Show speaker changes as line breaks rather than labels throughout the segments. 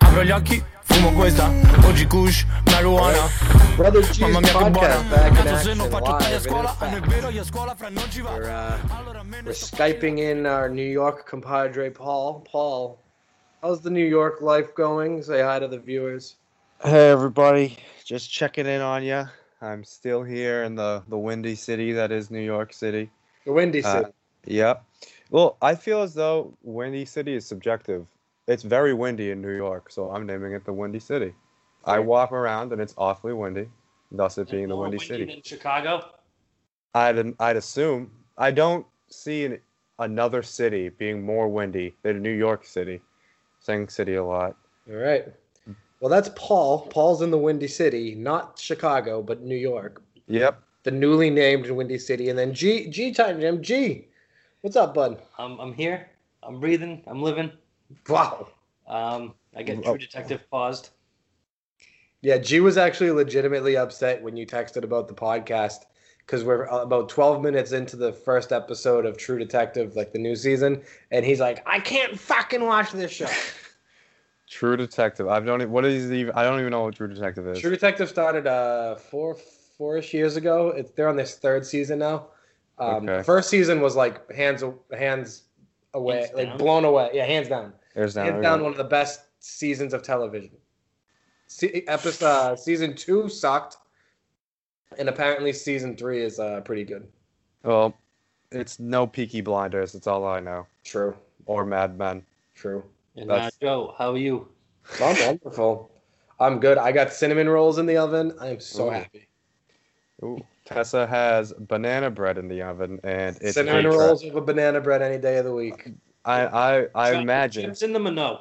apro gli occhi, fumo questa Oggi kush, marijuana
Brother Cheese
Mamma mia che buona
podcast back in
Cazzo se
action.
non faccio
Live
tutti
and
a
in
scuola, a noi
effect.
vero, io a scuola fra non ci va
We're, uh,
Allora me ne
We're
sto-
skyping in our New York compadre Paul. Paul, how's the New York life going? Say hi to the viewers.
Hey everybody, just checking in on ya. I'm still here in the the windy city that is New York City.
The Windy
Uh,
City.
Yep. Well, I feel as though windy city is subjective. It's very windy in New York, so I'm naming it the windy city. I walk around and it's awfully windy, thus it being the windy city.
in Chicago.
I'd I'd assume I don't see an, another city being more windy than New York City. Saying city a lot.
All right. Well, that's Paul. Paul's in the Windy City, not Chicago, but New York.
Yep.
The newly named Windy City. And then G G time Jim. G. What's up, bud?
I'm, I'm here. I'm breathing. I'm living.
Wow.
Um, I get
Oh.
True Detective paused.
Yeah, G was actually legitimately upset when you texted about the podcast because we're about 12 minutes into the first episode of True Detective, like the new season, and he's like, I can't fucking watch this show.
True Detective. I don't. e- What is it even? I don't even know what True Detective is.
True Detective started uh four four-ish years ago. It's they're on this third season now. Um,
Okay.
First season was like hands hands away,
Hands
like
down?
blown away. Yeah, hands down.
There's now.
hands down, one of the best seasons of television. Se- episode uh, season two sucked, and apparently season three is uh pretty good.
Well, it's no Peaky Blinders. It's all I know.
True,
Or Mad Men.
true.
And uh,
That's-
Joe, how are you?
I'm wonderful. I'm good. I got cinnamon rolls in the oven. I am so
Ooh.
happy.
Ooh. Tessa has banana bread in the oven, and it's
cinnamon
deep fried.
rolls with a banana bread any day of the week.
I I, I
Chocolate
imagine.
Chips in them or no?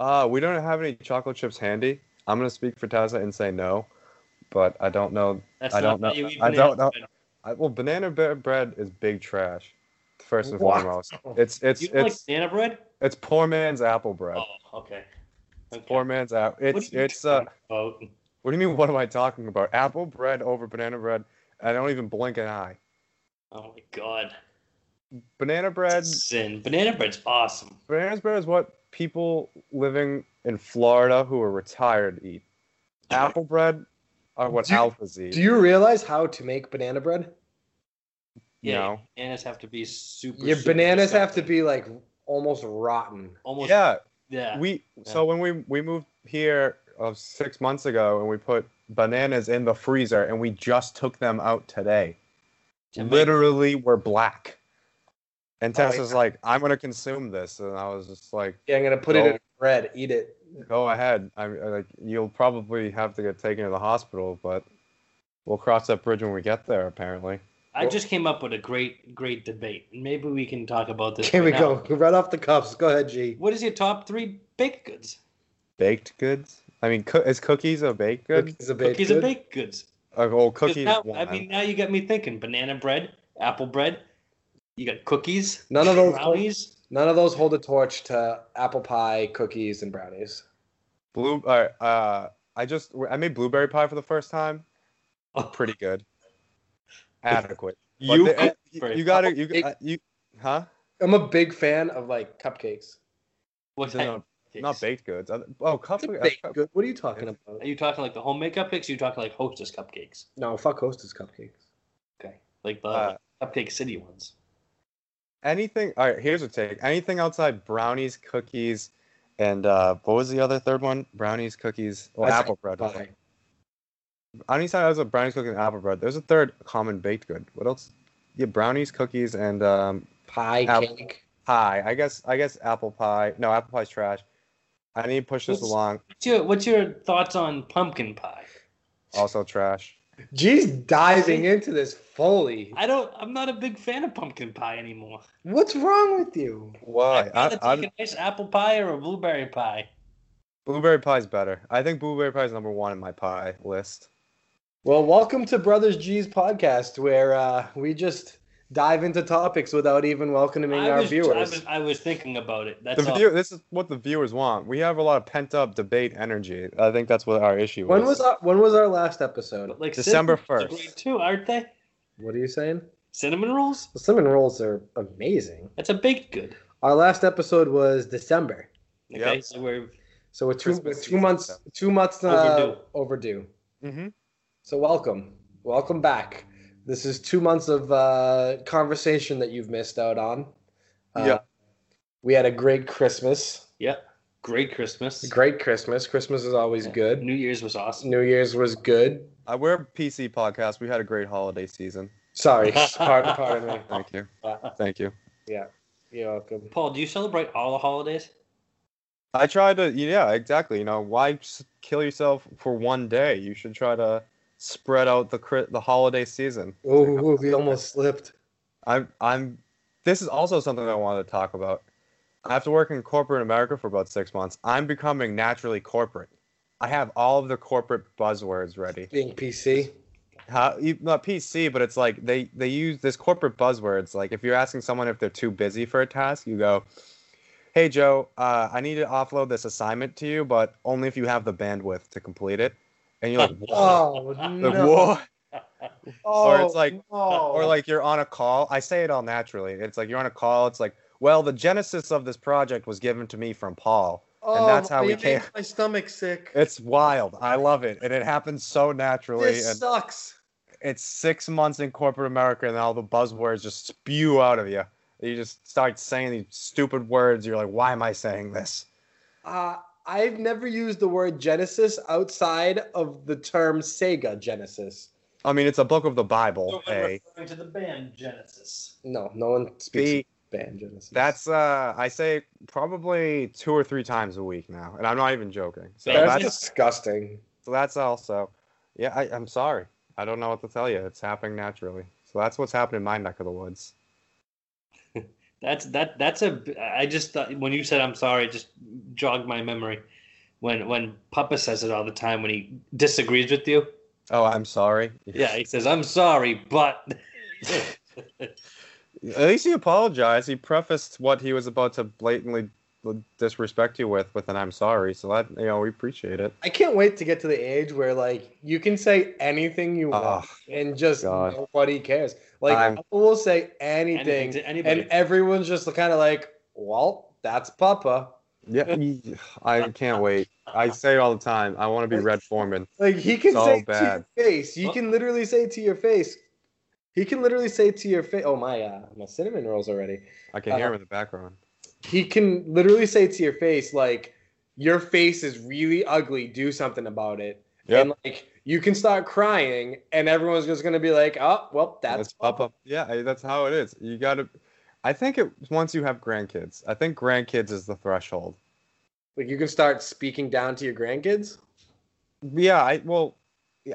Uh, we don't have any chocolate chips handy. I'm gonna speak for Tessa and say no, but I don't know.
That's
I don't
not
know.
how you eat
I don't
bananas,
know.
man.
I, well, banana bre- bread is big trash. First and
What?
foremost, it's it's
You
it's
don't like banana bread?
it's poor man's apple bread.
Oh, okay. okay.
Poor man's apple. It's
are you
it's uh.
talking about?
What do you mean? What am I talking about? Apple bread over banana bread. I don't even blink an eye.
Oh my god.
Banana bread.
It's a sin. Banana bread's awesome.
Banana bread is what people living in Florida who are retired eat. Apple bread are what
Do-
alphas eat.
Do you realize how to make banana bread?
Yeah,
No.
Bananas have to be super.
Your
super
bananas have to
soft.
be like almost rotten.
almost. Yeah.
yeah, we. So when we we moved here of six months ago, and we put bananas in the freezer, and we just took them out today.
To make-
Literally, were black. And
Oh, yeah.
Tessa's like, "I'm gonna consume this," and I was just like.
Yeah, I'm gonna put it in
No.
bread. Eat it.
go ahead. I mean, like you'll probably have to get taken to the hospital, but we'll cross that bridge when we get there. Apparently,
I just came up with a great, great debate. Maybe we can talk about this.
Here
right
we
now.
go. Right off the cuffs. Go ahead, G.
What is your top three baked goods?
baked goods. I mean, coo- is cookies a baked good?
Cookies are baked
Cookies
good.
and baked goods.
Uh, well,
'Cause
cookies.
now-
one.
I mean, now you got me thinking. Banana bread, apple bread. You got cookies.
None of those. Hold,
brownies.
none of those hold a torch to apple pie, cookies, and brownies.
blue. Uh, uh, I just I made blueberry pie for the first time.
Oh.
Pretty good. Adequate. But
You
the-
cook
you,
blueberry
you
pie.
gotta you
It-
uh, you huh?
I'm a big fan of like cupcakes.
What type
No,
of
not
cupcakes?
baked goods. Other- Oh, cup, uh,
Baked
cup-
good. What are you talking about?
Are you talking like the homemade cupcakes? Or you talking like Hostess cupcakes?
No, fuck Hostess cupcakes.
Okay, like the
Uh,
Cupcake City ones.
anything. All right, here's a take. Anything outside brownies, cookies, and uh, what was the other third one? Brownies, cookies, or
That's
apple bread.
Pie.
Anytime I was a brownies, cookies, and apple bread. There's a third common baked good. What else? Yeah, brownies, cookies, and um,
Pie
Apple.
cake.
pie. I guess I guess apple pie. No, apple pie's trash. I need to push this
What's-
along.
What's your, what's your thoughts on pumpkin pie?
Also trash.
G's diving into this fully.
I don't. I'm not a big fan of pumpkin pie anymore.
What's wrong with you?
Why?
I'd rather
I, I,
take a nice apple pie or a blueberry pie.
blueberry pie's better. I think blueberry pie's number one in my pie list.
Well, welcome to Brothers G's podcast, where uh, we just dive into topics without even welcoming
I
our
was,
viewers.
I was, I was thinking about it.
The
That's all.
view, this is what the viewers want. We have a lot of pent up debate energy. I think that's what our issue
When
is.
was our, when was our last episode?
But like
December
cinnamon rolls are
1st.
great too, aren't they?
What are you saying?
Cinnamon rolls?
The cinnamon rolls are amazing.
That's a baked good.
Our last episode was December,
Okay,
Yep.
so we're
So we're two, we're
Christmas
two
season
months
stuff.
two months uh,
Overdue.
overdue.
Mm-hmm.
So welcome, welcome back. This is two months of uh, conversation that you've missed out on. Uh,
Yeah.
we had a great Christmas.
Great Christmas.
Great Christmas. Christmas is always
Yeah.
good.
New Year's was awesome.
New Year's was good.
Uh, we're a PC podcast. We had a great holiday season.
Sorry, pardon, pardon me.
Thank you. Thank you.
You're welcome.
Paul, do you celebrate all the holidays?
I tried to, yeah, exactly. You know, why s- kill yourself for one day? You should try to spread out the cri- the holiday season.
Oh, we almost slipped.
I'm I'm this is also something I wanted to talk about. After working in corporate America for about six months, I'm becoming naturally corporate. I have all of the corporate buzzwords ready.
Being PC.
How you- not PC, but it's like they they use this corporate buzzwords. Like if you're asking someone if they're too busy for a task, you go, "Hey Joe, uh, I need to offload this assignment to you, but only if you have the bandwidth to complete it." And you're like, "Whoa!"
Oh
Like,
no.
"Whoa."
Oh,
it's like-
no.
or like you're on a call. I say it all naturally. It's like you're on a call. It's like, well, the genesis of this project was given to me from Paul.
oh,
that's how
my-
we
it makes
came-
My stomach's sick.
It's wild. I love it, and it happens so naturally.
this
and
sucks.
it's six months in corporate America, and all the buzzwords just spew out of you. You just start saying these stupid words. You're like, why am I saying this?
Uh, I've never used the word Genesis outside of the term Sega Genesis.
I mean, it's a book of the Bible. Hey,
referring to the band Genesis.
No, no one speaks
see,
of band Genesis.
that's uh, I say it probably two or three times a week now, and I'm not even joking. So
That's
that's
disgusting.
So that's also, yeah, I, I'm sorry. I don't know what to tell you. It's happening naturally. So that's what's happening in my neck of the woods.
That's that. That's a. I just thought when you said I'm sorry, it just jogged my memory. When when Papa says it all the time when he disagrees with you.
Oh, I'm sorry.
Yeah, he says I'm sorry, but
At least he apologized. He prefaced what he was about to blatantly disrespect you with with an "I'm sorry." So that you know, we appreciate it.
I can't wait to get to the age where like you can say anything you want
Ah,
and just
God.
nobody cares. Like
I'm-
Papa will say anything,
anything to anybody.
and everyone's just kind of like, "Well, that's Papa."
yeah, I can't wait. I say it all the time. I want to be Red Foreman.
Like he can
So
say it
bad.
to your face. You
Well-
can literally say it to your face. He can literally say it to your face. Oh my, uh, my cinnamon rolls already.
I can hear him in the background.
He can literally say to your face like, "Your face is really ugly. Do something about it."
Yep.
And like you can start crying, and everyone's just gonna be like, "Oh, well, that's,
That's
Papa."
Papa. Yeah, I- that's how it is. You gotta. I think it once you have grandkids. I think grandkids is the threshold.
Like you can start speaking down to your grandkids.
Yeah, I well,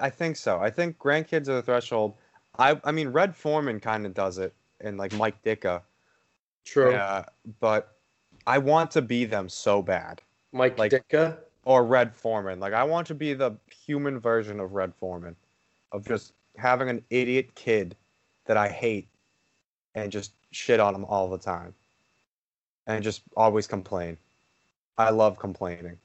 I think so. I think grandkids are the threshold. I I mean, Red Foreman kind of does it, and like Mike Ditka.
True.
Uh, but I want to be them so bad,
Mike
Like-
Ditka.
or Red Foreman. Like I want to be the human version of Red Foreman, of just having an idiot kid that I hate, and just shit on him all the time, and just always complain. I love complaining.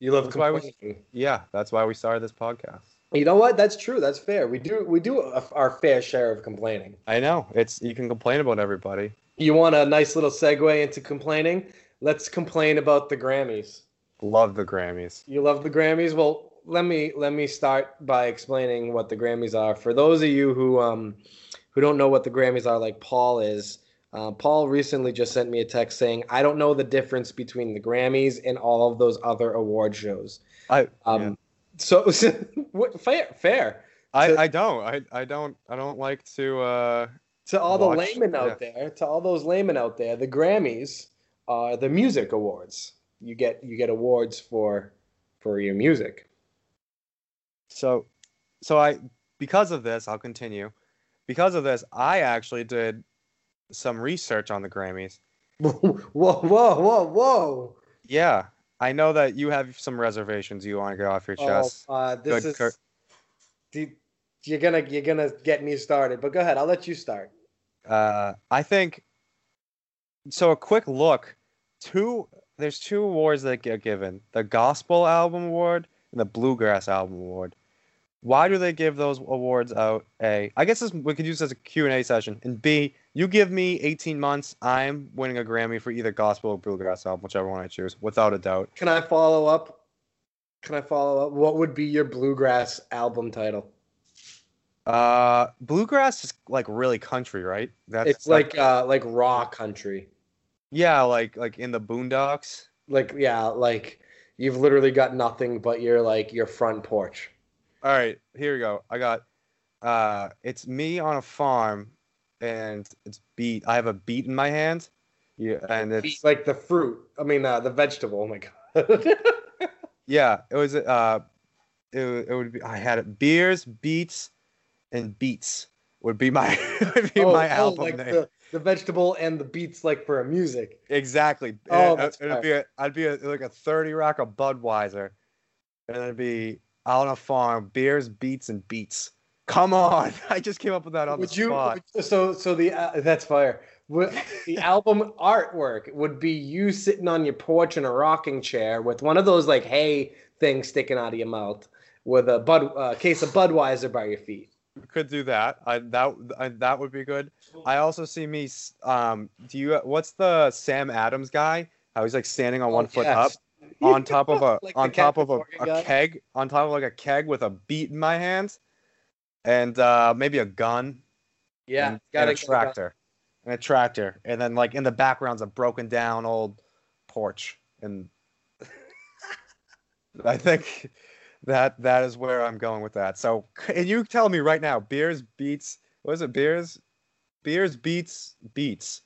You love
That's why I was-
complaining.
Yeah, that's why we started this podcast.
You know what? That's true. That's fair. We do we do a, our fair share of complaining.
I know it's you can complain about everybody.
You want a nice little segue into complaining? Let's complain about the Grammys.
Love the Grammys.
You love the Grammys? Well, let me let me start by explaining what the Grammys are. For those of you who um who don't know what the Grammys are, like Paul is, uh, Paul recently just sent me a text saying, "I don't know the difference between the Grammys and all of those other award shows."
I
Um,
yeah.
so, so what- fair, fair
I,
to-
I don't I, I don't I don't like to uh
to all
Watch,
the laymen out there, to all those laymen out there, the Grammys are the music awards. You get you get awards for for your music.
so so I because of this I'll continue. Because of this I actually did some research on the Grammys.
whoa, whoa, whoa, whoa!
Yeah, I know that you have some reservations you want to get off your chest.
Oh, uh, this
Good
is.
cur-
the- you're gonna you're gonna get me started, but go ahead. I'll let you start.
Uh, I think so. A quick look. Two there's two awards that get given: the Gospel Album Award and the Bluegrass Album Award. why do they give those awards out? A, I guess this, we could use this as a Q and A session. And B, you give me 18 months, I'm winning a Grammy for either gospel or bluegrass album, whichever one I choose, without a doubt.
Can I follow up? Can I follow up? What would be your bluegrass album title?
Uh, bluegrass is like really country, right? That's
it's like uh like raw country.
yeah, like like in the boondocks.
Like yeah, like you've literally got nothing but your like your front porch.
All right, here we go. I got uh it's me on a farm and it's beet. I have a beet in my hand. Yeah, and it's
It's like the fruit. I mean uh, the vegetable. Oh my god.
yeah, it was uh it, it would be I had it beers, beets and beets would be my would be
Oh,
my
oh,
album
like
name.
the, the vegetable and the beats like for a music.
Exactly.
Oh,
It-
that's
it, would be a, I'd be a, like a 30 rack of Budweiser and it'd be out on a farm, beers, beets and beets. Come on. I just came up with that on
would
the
you
spot.
would- so so the uh, that's fire. Would, the album artwork would be you sitting on your porch in a rocking chair with one of those like hay things sticking out of your mouth with a bud uh, case of Budweiser by your feet.
could do that. I that I, that would be good. I also see me. s- Um, do you? What's the Sam Adams guy? How he's like standing on
Oh,
one foot up
yes.
on top of a
Like the
on top of a,
Captain Morgan
a
guy?
keg on top of like a keg with a beat in my hand, and uh, maybe a gun.
Yeah,
and,
gotta
and a
get it done.
tractor, and a tractor, and then like in the background's a broken down old porch, and I think that that is where I'm going with that. So, c- and you tell me right now, beers beats what is it? Beers, beers beats beats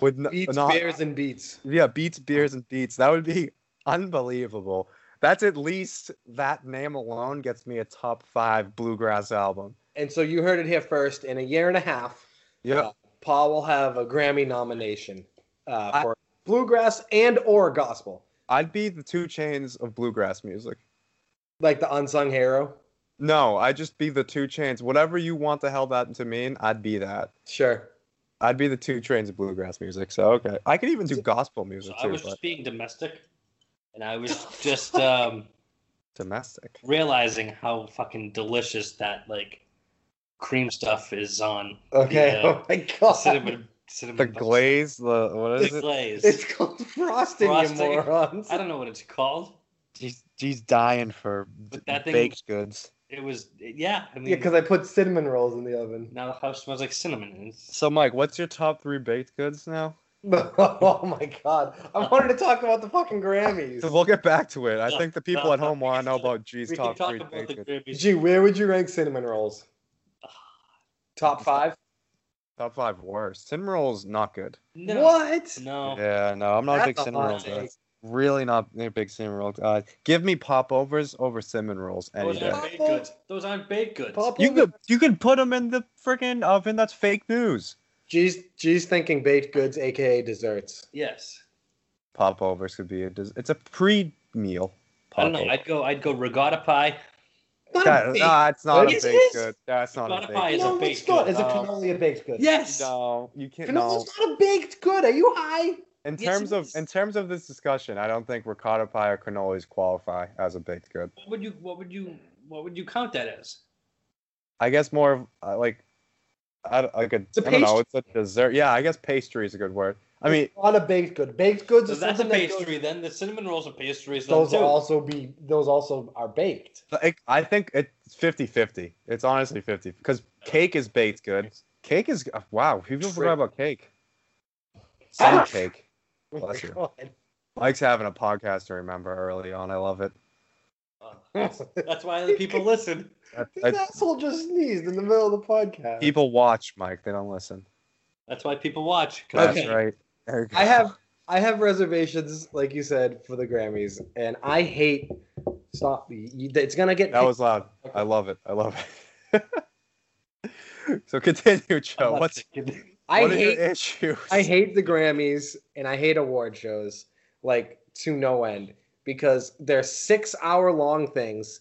would n-
Beats,
not
bears, and beats.
yeah beats beers and beats. That would be unbelievable. That's at least that name alone gets me a top five bluegrass album.
And so you heard it here first. In a year and a half,
Yeah,
Paul will have a Grammy nomination uh,
I-
for bluegrass and or gospel,
I'd be the two chains of bluegrass music.
like the unsung hero.
No, I'd just be the two chains. Whatever you want the hell that to mean, I'd be that.
Sure.
I'd be the two trains of bluegrass music. So okay, I could even do gospel music
So I
too,
was
but
just being domestic, and I was just um,
domestic.
realizing how fucking delicious that like cream stuff is on
Okay.
the, uh,
Oh my god.
cinnamon cinnamon
The
butter-
glaze, the what is
the
it?
glaze.
It's called frosting,
Frosting.
you morons.
I don't know what it's called.
She's she's dying for
But that thing-
baked goods.
It was yeah. I mean,
Yeah, because I put cinnamon rolls in the oven.
now the house smells like cinnamon. and It's,
So Mike, what's your top three baked goods now?
oh my god. I wanted to talk about the fucking Grammys.
So we'll get back to it. I think the people at home want to know about G's
we can
top
talk
three
about
baked
the
goods.
Grammys.
Gee, where would you rank cinnamon rolls? Top five?
Top five worst. Cinnamon rolls not good.
No,
What?
no.
Yeah, no, I'm not a big
That's a
cinnamon roll
hot
guy.
take.
Really not a big cinnamon roll. Uh, give me popovers over cinnamon rolls any
Those
day.
aren't baked goods. Those aren't baked goods.
Pop
You could you could put them in the freaking oven. That's fake news.
G's G's thinking baked goods, aka desserts.
Yes.
Popovers could be a des- it's a pre meal.
I don't know. I'd go. I'd go regatta pie.
Not
God,
a baked-
nah, it's not a
Yes, it
baked
is.
good. That's not a
Gotta buy
baked
it.
good.
No,
no,
Ah, it's a
it's
baked
not.
good. Ah.
Is a
Um,
cannoli a baked good?
Yes.
No, you can't. No.
Cannoli's not a baked good. Are you high?
In
Yes,
terms
it
of
is.
in terms of this discussion, I don't think ricotta pie or cannolis qualify as a baked good.
What would you? What would you? What would you count that as?
I guess more of uh, like, I, don't- like a,
It's a
I don't know. It's a dessert. Yeah, I guess pastry is a good word. I mean,
It's not a baked good. Baked goods
So
is
that's a
something that goes-
pastry. Then the cinnamon rolls are pastries. then,
Those
too.
are also be those also are baked.
Like, I think it's 50-50. It's honestly 50 because cake is baked good. Cake is uh, wow. People forgot about cake.
Ah!
Side cake. Bless you.
God.
Mike's having a podcast to remember early on. I love it.
Uh, That's why the people listen.
I-
This
I-
asshole just sneezed in the middle of the podcast.
people watch Mike. They don't listen.
That's why people watch. 'cause
That's
Okay.
right. There you go.
I have I have reservations, like you said, for the Grammys, and I hate. Stop! You- It's gonna get.
That was loud.
Okay.
I love it. I love it. so continue,
I'm
Joe.
not
What's
thinking-
I
what are
hate.
your issues?
I hate the Grammys and I hate award shows like to no end because they're six hour long things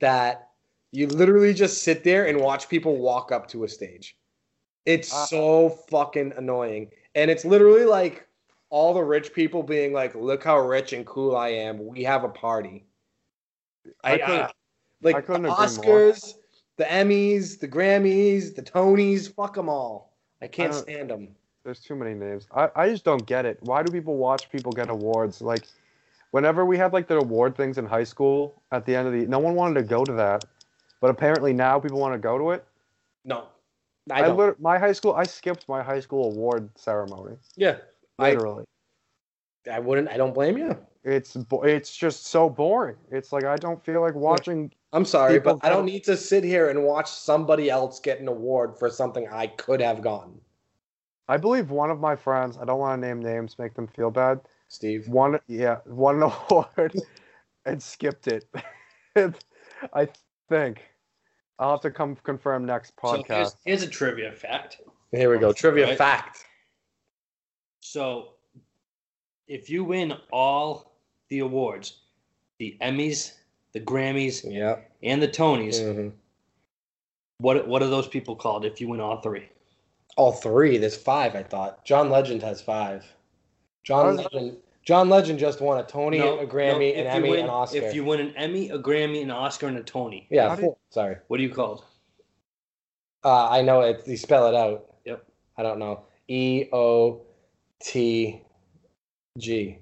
that you literally just sit there and watch people walk up to a stage. It's
Uh.
so fucking annoying. And it's literally like all the rich people being like, look how rich and cool I am. We have a party.
I
I,
couldn't-
I-
I
Like the
couldn't agree more.
Oscars, the Emmys, the Grammys, the Tonys. Fuck them all. I can't
I don't-
stand them.
There's too many names. I, I just don't get it. Why do people watch people get awards? Like, whenever we had like the award things in high school at the end of the, no one wanted to go to that, but apparently now people want to go to it.
No, I
I,
don't.
lit- my high school, I skipped my high school award ceremony.
yeah, I-
Literally,
I wouldn't. I don't blame you.
it's bo- it's just so boring. It's like I don't feel like watching.
I'm sorry,
People
but I don't
don't-
need to sit here and watch somebody else get an award for something I could have gotten.
I believe one of my friends. I don't want to name names, make them feel bad.
Steve,
One, yeah, won an award and skipped it. I think I'll have to come confirm next
So
podcast.
here's, here's a trivia fact.
here we go. Trivia
Right.
fact.
So if you win all the awards, the Emmys, the Grammys,
Yeah.
and the Tonys,
Mhm.
what what are those people called if you win all three?
All three. There's five. I thought John Legend has five.
I
John
was-
Legend. John Legend just won a Tony,
No,
a
no,
Grammy,
if
an
you
Emmy,
win-
an Oscar.
If you win an Emmy, a Grammy, an Oscar, and a Tony,
yeah,
How did-
four. Sorry.
what are you called?
Uh, I know it. You spell it out.
Yep.
I don't know. E O T G.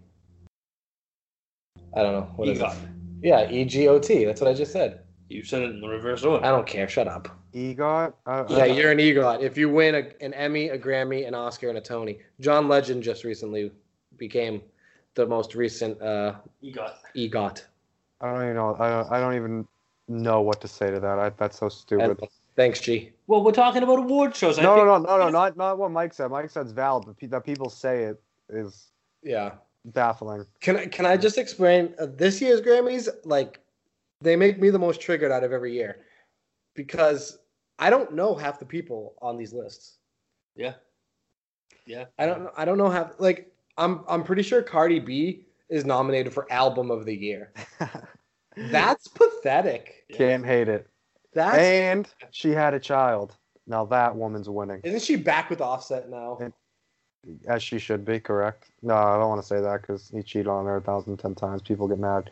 I don't know. What is
EGOT.
it? Yeah, E G O T. That's what I just said.
You said it in the reverse order.
I don't care. Shut up.
EGOT. I, I-
Yeah, you're an EGOT. If you win a, an Emmy, a Grammy, an Oscar, and a Tony. John Legend just recently became the most recent uh,
You got.
EGOT.
I don't even know. I don't, I don't even know what to say to that. I, that's so stupid.
And- thanks, G.
Well, we're talking about award shows. I
No, no,
think
no, no, no, not not what Mike said. Mike said's valid, but pe- that people say it is
Yeah.
baffling.
Can I can I just explain uh, this year's Grammys? Like, they make me the most triggered out of every year because I don't know half the people on these lists.
Yeah. Yeah.
I don't. know- I don't know half. Like, I'm I'm pretty sure Cardi B is nominated for Album of the Year. That's pathetic.
Can't hate it.
That's
And she had a child. Now that woman's winning,
isn't she back with Offset now?
as she should be. Correct? No, I don't want to say that because he cheated on her a thousand and ten times. People get mad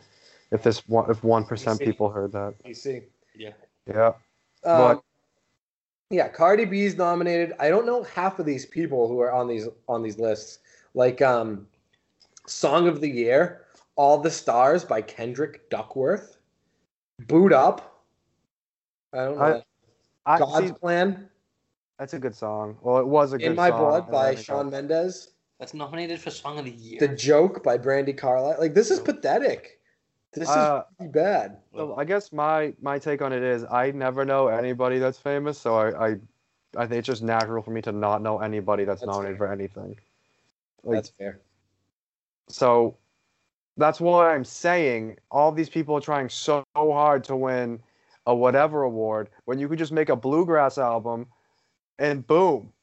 if this one, if one percent
You see.
people heard that.
You see.
Yeah.
Um,
But-
yeah, Cardi B's nominated. I don't know half of these people who are on these on these lists. Like um, Song of the Year, All the Stars by Kendrick Duckworth, Boot Up. I don't know.
I-
that.
I,
God's
see,
Plan,
that's a good song. Well, it was a good
In My
song,
Blood
and
by
then it got-
Sean Mendez,
that's nominated for Song of the Year.
The Joke by Brandy Carlisle. Like this is pathetic. This is
Uh,
pretty bad.
So I guess my my take on it is I never know anybody that's famous, so I I, I think it's just natural for me to not know anybody that's,
That's
nominated for anything. Like,
That's fair.
so that's why I'm saying all these people are trying so hard to win a whatever award when you could just make a bluegrass album and boom,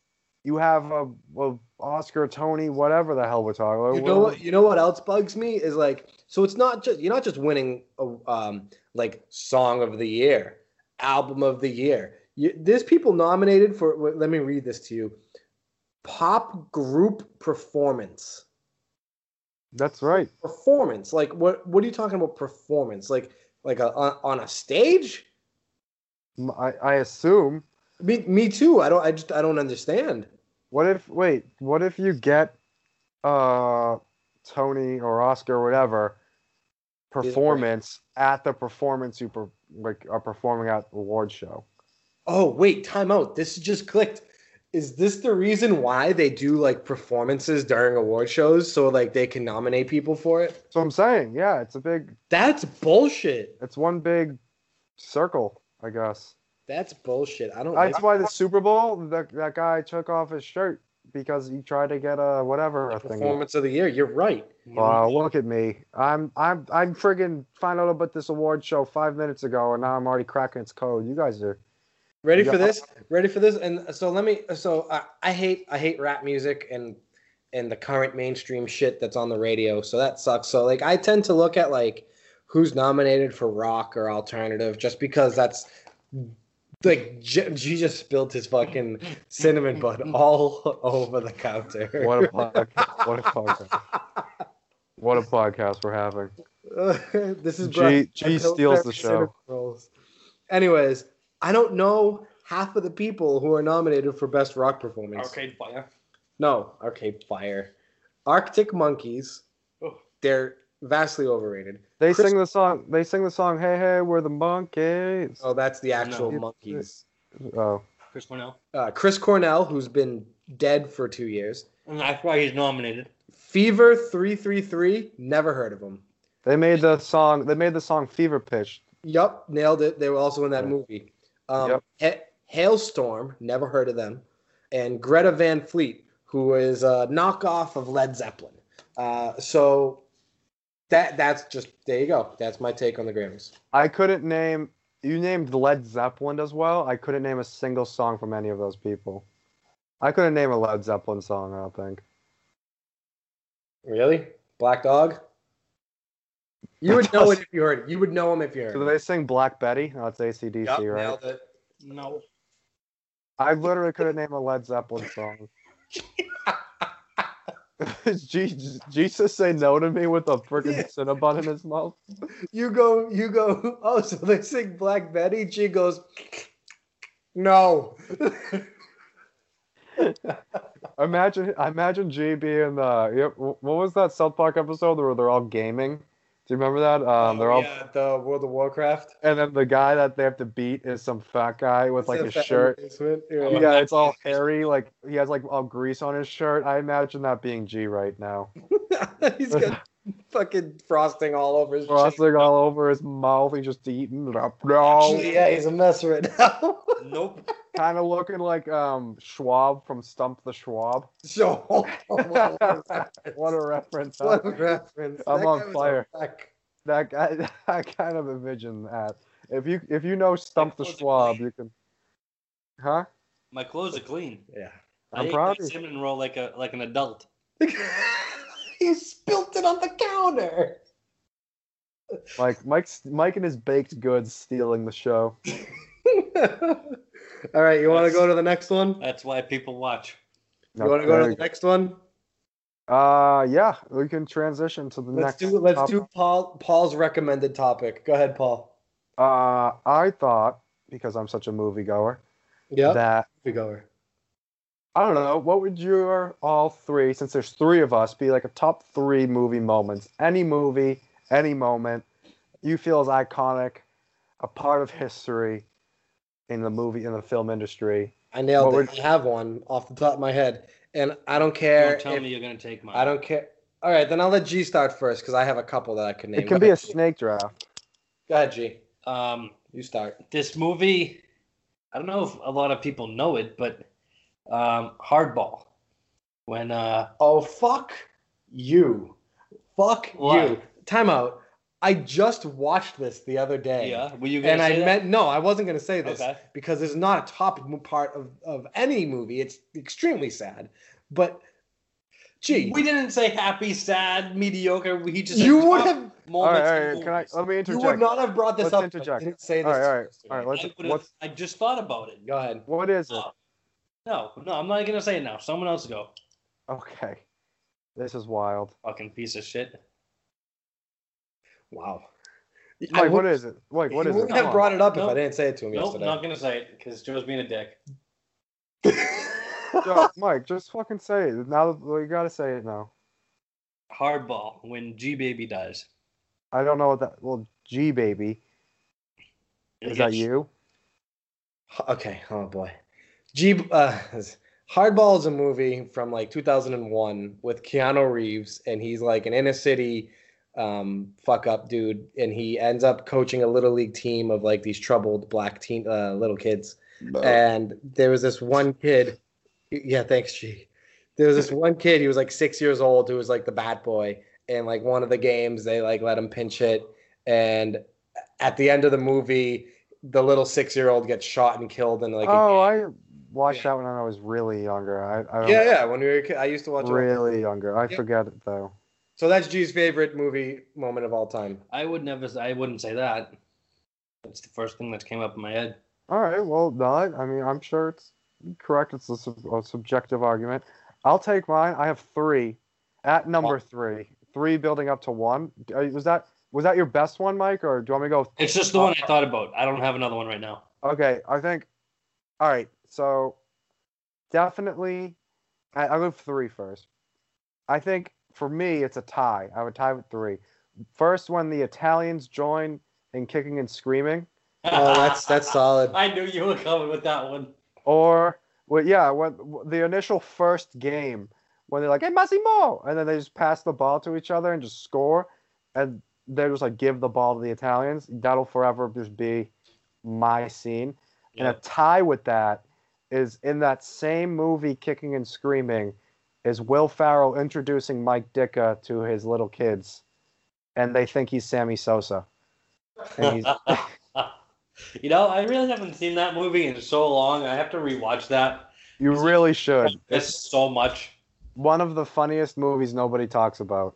you have a, a Oscar, Tony, whatever the hell we're talking about.
You know what? You know what else bugs me is like, so it's not just you're not just winning a, um, like song of the year, album of the year. You, there's people nominated for. wait, Let me read this to you: pop group performance.
That's right.
Performance. Like what? What are you talking about? Performance? Like like a, on, on a stage?
M- I, I assume
Me, me too. I don't. I just. I don't understand.
What if wait, what if you get uh Tony or Oscar or whatever performance at the performance you per, like are performing at the award show?
Oh wait, time out. This just clicked. Is this the reason why they do like performances during award shows so like they can nominate people for it?
So I'm saying, yeah, it's a big
That's bullshit.
it's one big circle, I guess.
That's bullshit. I don't like
That's why the Super Bowl that that guy took off his shirt because he tried to get a whatever a thing.
performance of the year. You're right.
Wow, look at me. I'm I'm I'm friggin' find out about this award show five minutes ago and now I'm already cracking its code. You guys are
Ready for
Yeah.
this? Ready for this? And so let me. So I, I hate I hate rap music and and the current mainstream shit that's on the radio. So that sucks. So like I tend to look at like who's nominated for rock or alternative just because that's like G, G just spilled his fucking cinnamon bud all over the counter.
What a podcast. What a podcast. What a podcast we're having.
this is
G-
brought-
G steals the
Cinnamon
show.
rolls. Anyways, I don't know half of the people who are nominated for best rock performance.
Arcade Fire.
No, Arcade Fire. Arctic Monkeys.
Oh.
They're vastly overrated.
They
Chris-
sing the song. They sing the song. Hey, hey, we're the monkeys.
Oh, that's the actual
No.
monkeys.
Oh,
Chris Cornell.
Uh, Chris Cornell, who's been dead for two years.
And that's why he's nominated.
Fever 333, never heard of him.
they made the song. They made the song Fever Pitch.
Yup, nailed it. They were also in that
Yeah.
movie. Um,
Yep.
Ha- Hailstorm, never heard of them. And Greta Van Fleet, who is a knockoff of Led Zeppelin. Uh, so that that's just, there you go. That's my take on the Grammys.
I couldn't name. You named Led Zeppelin as well. I couldn't name a single song from any of those people. I couldn't name a Led Zeppelin song. I don't think.
Really? Black Dog? You would know it if you heard it. You would know him if you heard
Do
it.
they sing Black Betty? No, it's ACDC,
Yup,
right?
nailed it.
No.
I literally couldn't name a Led Zeppelin song. Je- Jesus say no to me with a freaking
Yeah.
cinnabon in his mouth.
You go, you go. Oh, so they sing Black Betty. She goes, no.
Imagine, imagine G being uh, yep, what was that South Park episode where they're all gaming? Do you remember that? Um, they're all,
yeah.
the World of Warcraft.
and then the guy that they have to beat is some fat guy with like
It's a
his
fat
shirt.
basement, you know.
Yeah.
Yeah, it's all hairy. Like he has like all grease on his shirt. I imagine that being G right now.
He's got fucking frosting all over his cheek.
Frosting all over his mouth. He's just eating it up. No.
Yeah, he's a mess right now.
Nope.
kind of looking like um Schwab from Stump the Schwab.
so, what a
What a reference! huh?
what a reference.
I'm
That
on
guy was a
fire.
wreck.
that guy, I kind of envision that. If you if you know Stump the
close it
Schwab,
clean.
you can, huh?
My clothes are clean.
Yeah.
I'm
I ate
proud of
my
you.
cinnamon roll like a like an adult.
he spilt it on the counter.
Like Mike, Mike and his baked goods stealing the show.
all right, you want to go to the next one?
That's why people watch.
You want to go
there
to the
you
next one?
go. Uh, yeah, we can transition to the
Let's
next.
do let's
topic.
do Paul Paul's recommended topic. Go ahead, Paul.
Uh, I thought because I'm such a moviegoer
Yeah,
that
we go.
I don't know. What would your all three, since there's three of us, be like a top three movie moments? Any movie, any moment you feel is iconic, a part of history in the movie, in the film industry.
I nailed
What
it. I have one off the top of my head, and I don't care.
Don't tell
if-
me you're gonna take mine.
I don't care. All right, then I'll let G start first because I have a couple that I can name.
It can
Go
be a
ahead, G.
snake draft.
Go ahead, G.
Um,
You start.
this movie, I don't know if a lot of people know it, but um, Hardball. When uh,
Oh fuck you, fuck
Why?
you. Time out. I just watched this the other day.
yeah, were you gonna
And I
say that?
meant no, I wasn't going to say this.
okay.
because it's not a top mo- part of, of any movie. It's extremely sad. But gee,
We didn't say happy, sad, mediocre. We just said
you
top
would have
All right,
moments
all
in
right. Can I,
movies.
let me
you would
interject.
not have brought this
Let's
up. if I
interject.
didn't say this.
All right,
to
all right,
you
all right.
yesterday.
Let's,
I, would've-
what's,
I just thought about it.
Go ahead.
what is it?
No, no, I'm not gonna say it now. Someone else go.
Okay. This is wild.
Fucking piece of shit.
Wow.
Mike,
would-
what is it? Mike, what
you
is it?
wouldn't
Come
have
on.
brought it up if I
Nope.
didn't say it to him
Nope,
yesterday.
not gonna say it because Joe's being a dick.
Yo, Mike, just fucking say it. Now you gotta say it now.
Hardball when G Baby dies.
I don't know what that. Well, G baby, is that you?
okay. Oh boy. G. Uh, Hardball is a movie from like 2001 with Keanu Reeves, and he's like an inner city um, fuck up dude, and he ends up coaching a little league team of like these troubled black teen uh, little kids. And there was this one kid. Yeah, thanks, G. There was this one kid. He was like six years old, who was like the bat boy, and like one of the games they like let him pinch hit, and at the end of the movie, the little six-year-old gets shot and killed, and like a
oh, I watched
Yeah.
that when I was really younger. I, I don't
Yeah, yeah. When we were, a kid, I used to watch. it.
really younger. I
Yeah.
forget it though.
So that's G's favorite movie moment of all time.
I would never. s- I wouldn't say that. That's the first thing that came up in my head.
All right, well, not. I mean, I'm sure it's correct. It's a, sub- a subjective argument. I'll take mine. I have three. At number three, three building up to one. Uh, Was that Was that your best one, Mike, or do you want me to go
It's just the
Oh.
one I thought about. I don't have another one right now.
Okay, I think. All right, so definitely, I, I'll go with three first. I think for me, it's a tie. I would tie with three. First, when the Italians join in kicking and screaming,
Oh, that's that's solid.
I knew you were coming with that one.
or well, yeah, when the initial first game when they're like, "Hey, Massimo," and then they just pass the ball to each other and just score, and they just like give the ball to the Italians. That'll forever just be my scene. And a tie with that is in that same movie, Kicking and Screaming, is Will Farrell introducing Mike Ditka to his little kids, and they think he's Sammy Sosa. And he's,
you know, I really haven't seen that movie in so long. I have to rewatch that.
you really should.
It's so much.
One of the funniest movies nobody talks about.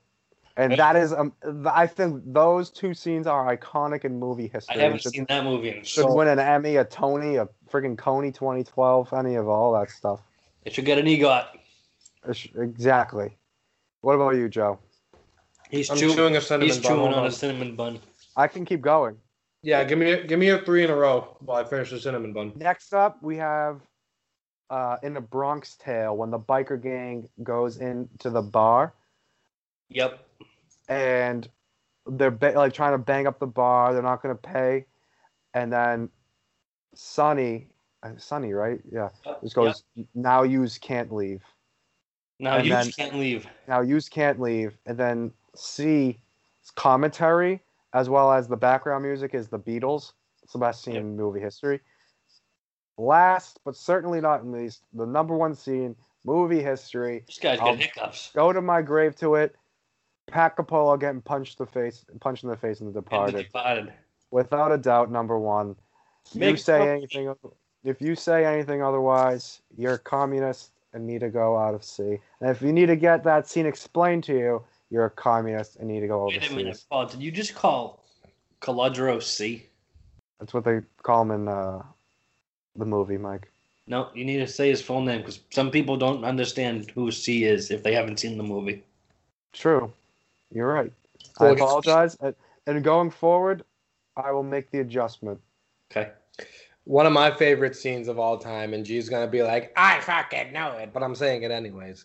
And that is, um, th- I think those two scenes are iconic in movie
I
history.
haven't
should,
seen that movie in
should
so.
win an Emmy, a Tony, a friggin' Coney 2012, any of all that stuff.
It should get an EGOT.
It's- Exactly. What about you, Joe?
He's
I'm
chewing.
chewing a cinnamon
he's
bun.
chewing
Hold
on
on.
a cinnamon bun.
I can keep going.
Yeah, give me a, give me a three in a row while I finish the cinnamon bun.
Next up, we have uh, in a Bronx Tale when the biker gang goes into the bar
Yep.
and they're ba- like trying to bang up the bar. They're not going to pay, and then Sonny, uh, Sonny, right? Yeah, just goes. Now yous can't leave.
Now
and
you
then-
can't leave.
Now yous can't leave. And then C commentary as well as the background music is the Beatles. It's the best scene
Yep.
in movie history. Last but certainly not least, the number one scene movie history
This guy's
I'll-
got hiccups.
go to my grave to it. Pat Capola getting punched the face, punched in the face in The
And
Departed,
the Departed.
without a doubt, number one. If you
Make
say
some-
anything, if you say anything otherwise, you're a communist and need to go out of sea. And if you need to get that scene explained to you, you're a communist and need to go
Wait a minute,
overseas.
Paul. Did you just call Calogero C?
That's what they call him in uh, the movie, Mike.
No, you need to say his full name because some people don't understand who C is if they haven't seen the movie.
True, you're right. I
Well, it's-
apologize, and, and going forward, I will make the adjustment.
Okay.
One of my favorite scenes of all time, and G's gonna be like, I fucking know it, but I'm saying it anyways.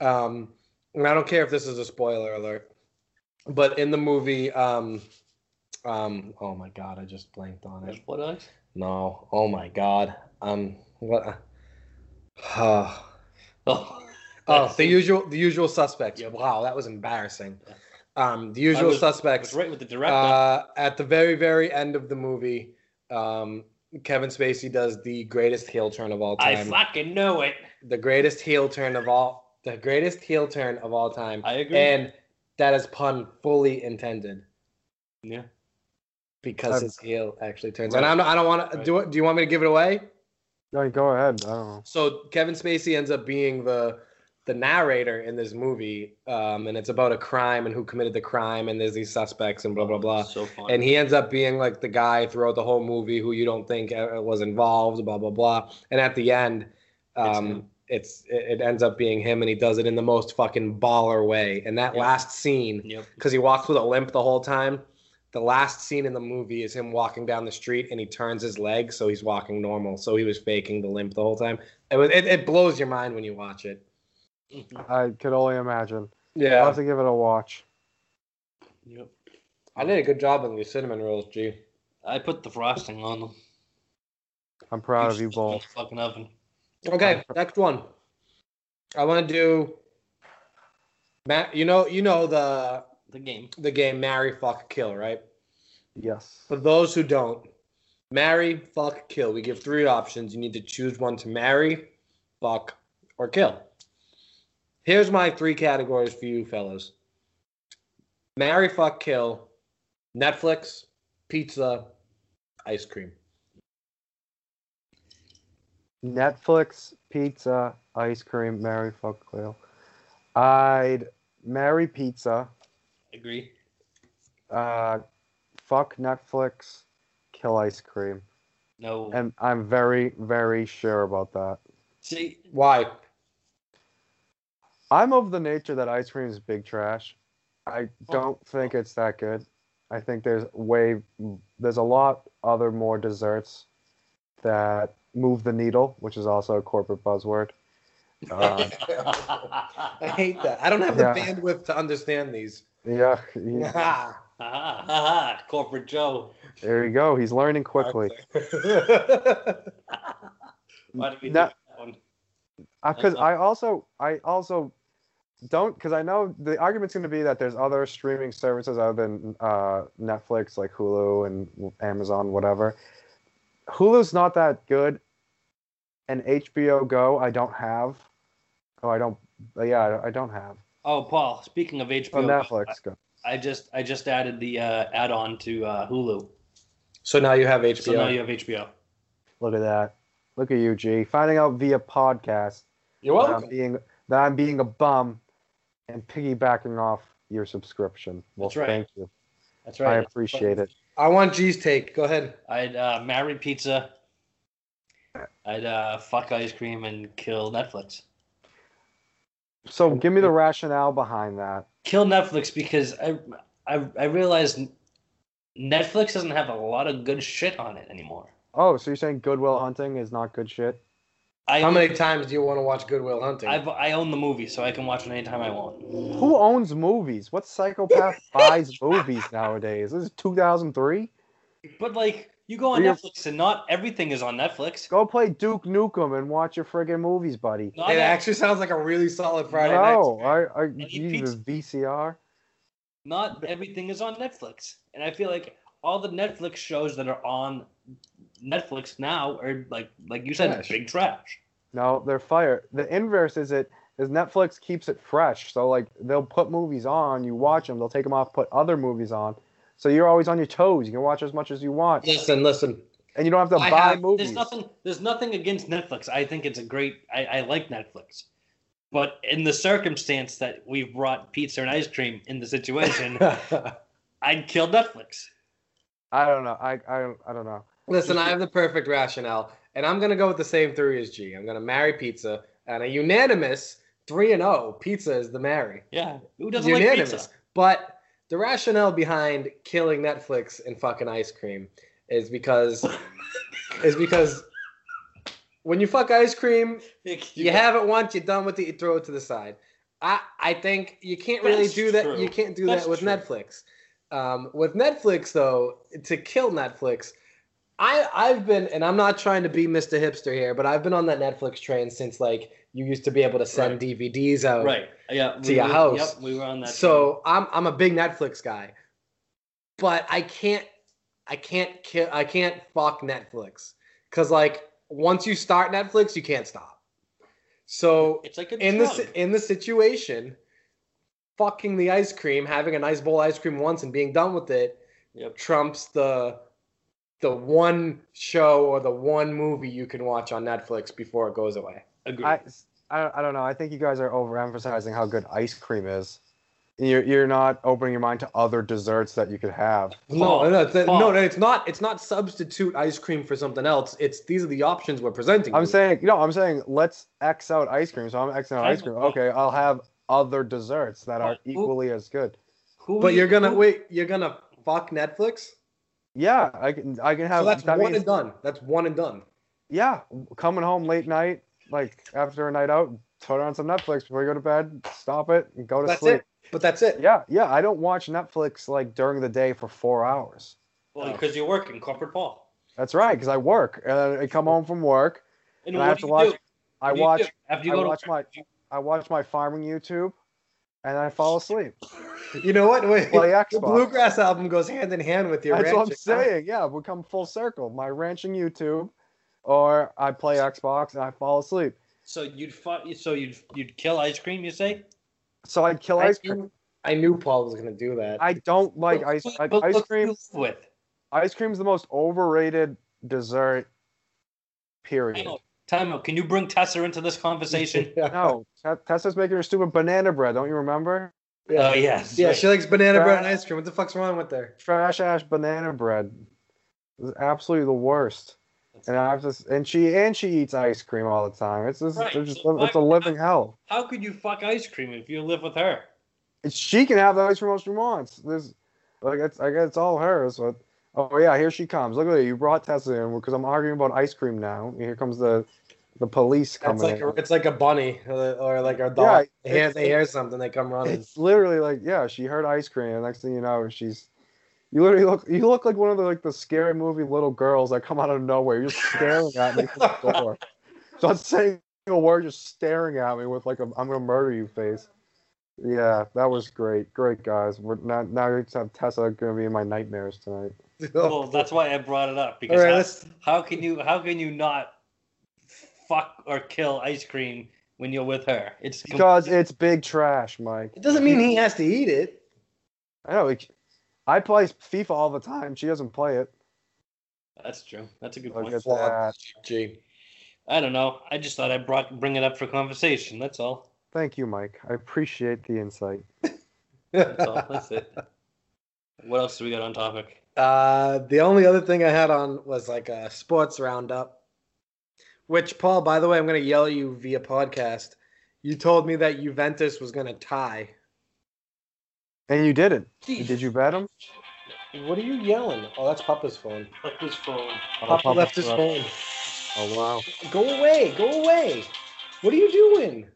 Um, and I don't care if this is a spoiler alert, but in the movie, um, um, oh my god, I just blanked on it.
What else?
No, oh my god, um, what? Oh,
Oh,
oh the usual, the usual suspects.
Yep.
Wow, that was embarrassing.
Yeah.
Um, the usual
was- I
suspects.
was right with the director.
Uh, at the very, very end of the movie, um, Kevin Spacey does the greatest heel turn of all
I
time.
fucking know it.
the greatest heel turn of all, the greatest heel turn of all time,
I agree.
and that is pun fully intended
yeah.
because
Um,
his heel actually turns.
right.
And I'm, I don't want to do it. Do you want me to give it away?
No, go ahead. I don't know.
So Kevin Spacey ends up being the the narrator in this movie, um, and it's about a crime and who committed the crime, and there's these suspects and blah blah blah.
So fun.
and he ends up being like the guy throughout the whole movie who you don't think uh, was involved blah blah blah and at the end um it's, it it ends up being him and he does it in the most fucking baller way and that
Yeah.
last scene
yep.
because he walks with a limp the whole time the last scene in the movie is him walking down the street and he turns his leg so he's walking normal so he was faking the limp the whole time it was it, it blows your mind when you watch it
Mhm.
I could only imagine. I'll
yeah
have to give it a watch.
Yep.
i did a good job on the cinnamon rolls g
I put the frosting on them.
I'm proud of you both.
Fucking oven.
Okay, next one. I want to do. Matt, you know, you know the
The game.
the game marry, fuck, kill, right?
Yes.
For those who don't, marry, fuck, kill. We give three options. You need to choose one to marry, fuck, or kill. Here's my three categories for you fellas: marry, fuck, kill, Netflix, pizza, ice cream.
Netflix, pizza, ice cream, Mary fuck Cleo. I'd marry pizza,
Agree.
uh, fuck Netflix, kill ice cream.
No.
And I'm very, very sure about that.
See,
Why?
I'm of the nature that ice cream is big trash. I don't think it's that good. I think there's way there's a lot other more desserts that move the needle, which is also a corporate buzzword. Uh,
I hate that. I don't have the
Yeah.
bandwidth to understand these.
yeah, he-
Corporate Joe.
there you go. He's learning quickly.
Why did we do
No.
that one?
because I also I also don't because I know the argument's going to be that there's other streaming services other than uh, Netflix like Hulu and Amazon whatever. Hulu's not that good, and HBO Go I don't have. Oh, I don't. Yeah, I don't have.
Oh, Paul. Speaking of HBO,
Oh, Netflix. Go.
I, I just I just added the uh, add-on to uh, Hulu,
so now you have HBO.
so now you have HBO.
Look at that. Look at you, G. Finding out via podcast
You're
that I'm being that I'm being a bum and piggybacking off your subscription. Well,
That's right.
thank you.
That's right.
I appreciate it.
I want G's take. Go ahead.
I'd uh, marry pizza. I'd uh, fuck ice cream and kill Netflix.
So give me the rationale behind that.
Kill Netflix because I I, I realize Netflix doesn't have a lot of good shit on it anymore.
Oh, so you're saying Goodwill Hunting is not good shit?
I
How many times do you want to watch Goodwill Hunting?
I've, I own the movie, so I can watch it anytime I want.
Who owns movies? What psychopath buys movies nowadays? This is 2003.
But like, you go on
Real-
Netflix, and not everything is on Netflix.
Go play Duke Nukem and watch your friggin' movies, buddy.
Not
it
ev-
actually sounds like a really solid Friday
No,
night.
I, I
eat
Jesus VCR.
not everything is on Netflix, and I feel like all the Netflix shows that are on Netflix now are like, like you said,
Trash.
big trash.
No, they're fire. The inverse is it is Netflix keeps it fresh. So like they'll put movies on, you watch them, they'll take them off, put other movies on. So you're always on your toes. You can watch as much as you want,
Listen, listen.
and you don't have to
I
buy
have-
movies.
There's nothing. There's nothing against Netflix. I think it's a great. I, I like Netflix, but in the circumstance that we've brought pizza and ice cream in the situation, I'd kill Netflix.
I don't know. I, I I don't know.
listen, I have the perfect rationale, and I'm going to go with the same theory as G. I'm going to marry pizza, and a unanimous 3 and 0 pizza is the marry.
Yeah, who doesn't like
Unanimous.
pizza?
but the rationale behind killing Netflix and fucking ice cream is because is because when you fuck ice cream, you have it once, you're done with it, you throw it to the side. I, I think you can't really
That's
do that.
true.
You can't do
That's
that with
true.
Netflix. Um, with Netflix, though, to kill Netflix, I, I've been, and I'm not trying to be Mr. Hipster here, but I've been on that Netflix train since like you used to be able to send
Right.
DVDs out.
right. Yeah,
To your
were,
house.
Yep, we were on that.
So I'm, I'm a big Netflix guy, but I can't, I can't kill, I can't fuck Netflix because like once you start Netflix, you can't stop. So
it's like a
in
drug.
the in the situation, fucking the ice cream, having a nice bowl of ice cream once and being done with it,
Yep.
trumps the the one show or the one movie you can watch on Netflix before it goes away.
Agreed.
I, I, I don't know. I think you guys are overemphasizing how good ice cream is. You're, you're not opening your mind to other desserts that you could have.
no,
Paul,
no, it's, no,
Paul.
no, it's not. It's not substitute ice cream for something else. It's these are the options we're presenting.
I'm
you.
saying, you know, I'm saying let's X out ice cream. So I'm Xing out
I
ice cream.
know.
Okay, I'll have other desserts that are
But who-
equally as good.
Who
but
do
you're gonna
who-
wait. You're gonna fuck Netflix.
Yeah, I can I can have
So that's
that
one
means-
and done. That's one and done.
Yeah, coming home late night, like after a night out, turn on some Netflix before you go to bed, stop it and go to
That's
sleep.
it. But that's it.
Yeah, yeah, I don't watch Netflix like during the day for 4 hours.
Well, because you're working corporate Paul.
That's right, because I work and I come home from work.
And,
And
what
I have
do
to
you
watch.
do?
I
What do you
watch.
do after you
I
go
watch
to
my.
work? You-
I watch my farming YouTube, and I fall asleep.
You know what? Wait,
Play
the
Xbox.
bluegrass album goes hand in hand with your.
That's what I'm
ranching, huh?
saying. Yeah, we come full circle. My ranching YouTube, or I play Xbox and I fall asleep.
So you'd fu- so you'd you'd kill ice cream. You say?
So I kill ice cream.
I knew Paul was gonna do that.
I don't like
But-
ice.
but-
Like
but
ice
look who
cream.
you live With
Ice cream's the most overrated dessert.
Time
Period.
out. Time out. Can you bring Tessa into this conversation?
No, Te- Tessa's making her stupid banana bread. Don't you remember?
Yeah.
Oh yes.
yeah,
right.
she likes banana bread
Right.
and ice cream. What the fuck's wrong with her?
Trash ash banana bread. It was absolutely the worst. And I have to, and she and she eats ice cream all the time. It's just,
Right,
they're just
so why
it's a
would
living hell.
How could you fuck ice cream if you live with her?
She can have the ice cream all she wants. There's Like it's I guess it's all hers. But oh yeah, here she comes. Look at it. You brought Tessa in because I'm arguing about ice cream now. Here comes the the police coming.
It's like
in.
a, it's like a bunny or, or like a dog. they,
Yeah,
hear,
it's-
they hear something, they come running.
It's literally like, yeah, she heard ice cream, and next thing you know, she's you literally look you look like one of the like the scary movie little girls that come out of nowhere. You're just staring at me from the door. So I'm saying a word, just staring at me with like a I'm gonna murder you face. Yeah, that was great. Great guys. We're not now you just have Tessa gonna be in my nightmares tonight.
Well, that's why I brought it up
All
because
right,
how-
let's,
how, can you how can you not fuck or kill ice cream when you're with her? It's com-
Because it's big trash, Mike.
it doesn't mean he has to eat it.
I know like, I play FIFA all the time. She doesn't play it.
that's true. That's a good
Look
point.
at that.
Gee.
I don't know. I just thought I brought bring it up for conversation. That's all.
Thank you, Mike. I appreciate the insight.
That's all. That's it. What else do we got on topic?
Uh, the only other thing I had on was like a sports roundup, which Paul, by the way, I'm going to yell at you via podcast. You told me that Juventus was going to tie.
And you didn't. Did you bet him?
What are you yelling? Oh, that's Papa's phone.
Fuck this phone.
Oh, Papa, left his phone.
Oh wow.
Go away, go away. What are you doing?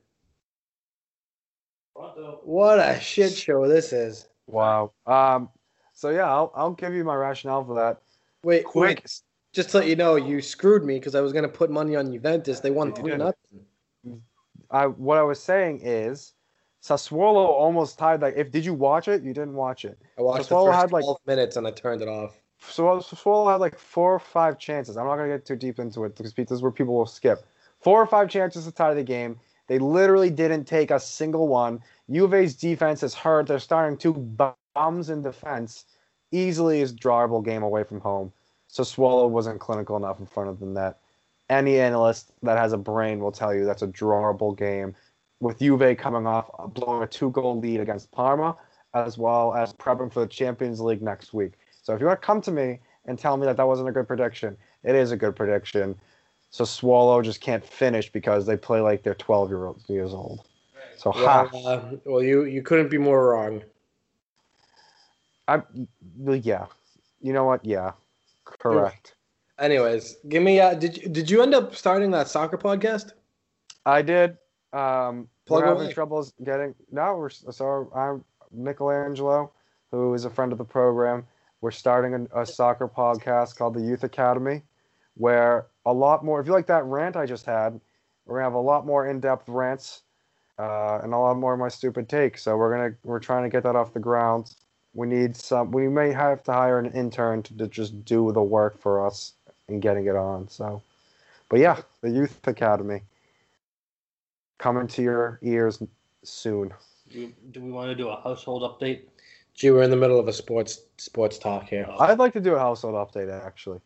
What a shit show this is.
Wow. Um so yeah, I'll I'll give you my rationale for that.
Wait,
Quick
wait, just to let you know, you screwed me because I was going to put money on Juventus. They won
You
3
did.
nothing.
I what I was saying is Sassuolo almost tied like if did you watch it? You didn't watch it.
I watched the
Sassuolo
first
had, like-
12 minutes and I turned it off.
So Sassuolo had like four or five chances. I'm not gonna get too deep into it because this is where people will skip. Four or five chances to tie the game. They literally didn't take a single one. Juve's defense is hurt. They're starting two bombs in defense. Easily is drawable game away from home. So Swallow wasn't clinical enough in front of the net. Any analyst that has a brain will tell you that's a drawable game. With Juve coming off blowing a two-goal lead against Parma, as well as prepping for the Champions League next week. So if you want to come to me and tell me that that wasn't a good prediction, it is a good prediction. So Swallow just can't finish because they play like they're 12 year olds years old. So ha,
Well, uh, well, you you couldn't be more wrong.
I, yeah, you know what? Yeah, correct.
Anyways, give me. Uh, did you, did you end up starting that soccer podcast?
I did. Um,
Plug
we're having
away.
troubles getting. No, we're so I'm Michelangelo, who is a friend of the program. We're starting an, a soccer podcast called the Youth Academy, where a lot more. If you like that rant I just had, we're gonna have a lot more in-depth rants, uh, and a lot more of my stupid takes. So we're gonna we're trying to get that off the ground. We need some. We may have to hire an intern to, to just do the work for us and getting it on. So, but yeah, the Youth Academy coming to your ears soon.
Do, you- do we want to do a household update?
Gee, we're in the middle of a sports sports talk here.
I'd like to do a household update actually.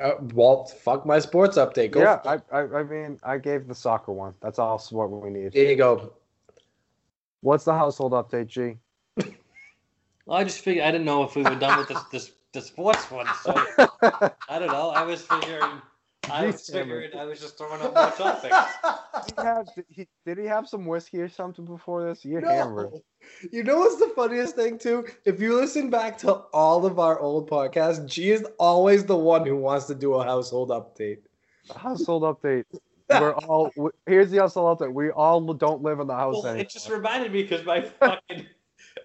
Uh, Walt, fuck my sports update. Go
yeah,
for it.
I, I, I mean, I gave the soccer one. That's all what we need.
there you go.
What's the household update, G?
Well, I just figured I didn't know if we were done with this this, this sports one, so I don't know. I was figuring. I was
Jeez, Cameron.
figuring. I was just throwing up more topics.
Did he have, did, he, did he have some whiskey or something before this? You're hammered.
No. You know what's the funniest thing too? If you listen back to all of our old podcasts, G is always the one who wants to do a household update.
Household update. We're all we- here's the household update. We all don't live in the house
Well,
anymore.
it just reminded me because my fucking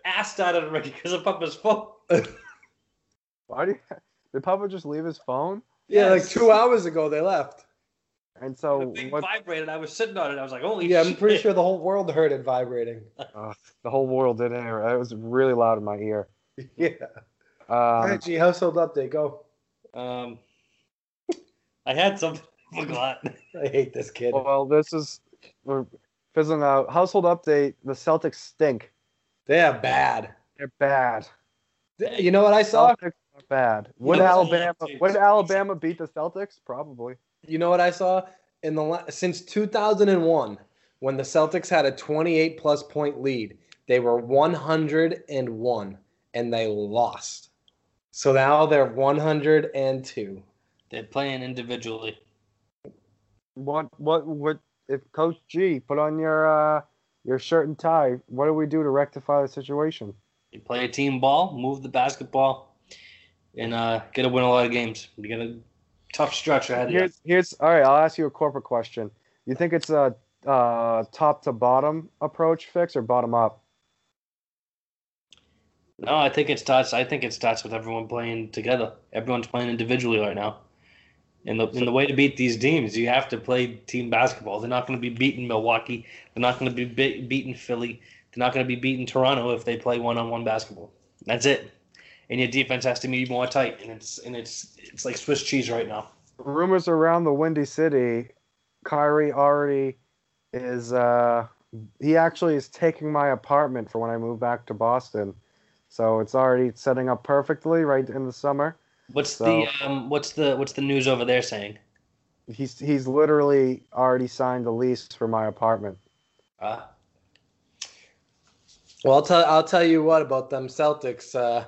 ass started already because of Papa's phone.
Why do you, did Papa just leave his phone?
Yeah, like
Yes.
two hours ago they left.
And so
the thing
what?
vibrated. I was sitting on it. I was like, holy
Yeah,
shit. Uh,
I'm pretty sure the whole world heard it vibrating.
The whole world did hear. It It was really loud in my ear.
Yeah. all
Um,
right, G, household update. Go.
Um, I had something. I forgot.
I hate this kid.
Well, this is we're fizzling out. Household update: The Celtics stink.
They're bad.
They're bad.
Th- You know what I saw?
Celtics are bad. Would
know what?
Alabama? Would Alabama beat the Celtics? Probably.
You know what I saw in the la- since 2001 when the Celtics had a 28 plus point lead, they were 101 and they lost. So now they're 102.
They're playing individually.
What? What? What? If Coach G put on your uh, your shirt and tie, what do we do to rectify the situation?
You play a team ball, move the basketball, and uh, get to win a lot of games. You got a tough stretch ahead of you.
Here's, here's all right. I'll ask you a corporate question. You think it's a uh, top to bottom approach fix or bottom up?
No, I think it starts. I think it starts with everyone playing together. Everyone's playing individually right now. And the, and the way to beat these teams, you have to play team basketball. They're not going to be beating Milwaukee. They're not going to be be- beating Philly. They're not going to be beating Toronto if they play one-on-one basketball. That's it. And your defense has to be more tight. And it's and it's it's like Swiss cheese right now.
Rumors around the Windy City, Kyrie already is. Uh, he actually is taking my apartment for when I move back to Boston, so it's already setting up perfectly right in the summer.
What's
So-
the um, what's the what's the news over there saying?
He's he's literally already signed the lease for my apartment.
Uh,
Well, I'll tell I'll tell you what about them Celtics, uh,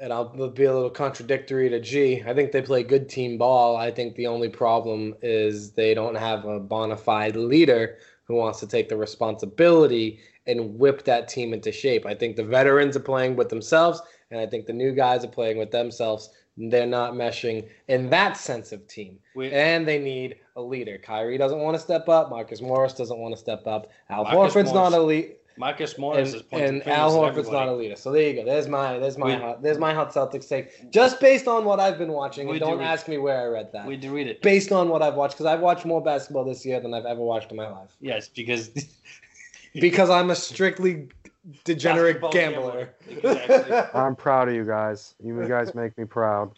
and I'll be a little contradictory to G. I think they play good team ball. I think the only problem is they don't have a bona fide leader who wants to take the responsibility and whip that team into shape. I think the veterans are playing with themselves, and I think the new guys are playing with themselves. They're not meshing in that sense of team.
we,
And they need a leader. Kyrie doesn't want to step up. Marcus Morris doesn't want to step up. Al
Marcus
Horford's not
Morris.
a leader
Marcus Morris
and,
is pointing
and
fingers
Al
at
Horford's not
everybody.
a leader. So there you go. There's my there's my
We-
hot, there's my hot Celtics take. Just based on what I've been watching,
We
and
do
don't
read-
ask me where I read that.
Where'd you read it?
based on what I've watched, because I've watched more basketball this year than I've ever watched in my life.
Yes, because
Because I'm a strictly degenerate
Basketball
gambler.
gambler. Exactly.
I'm proud of you guys. You guys make me proud.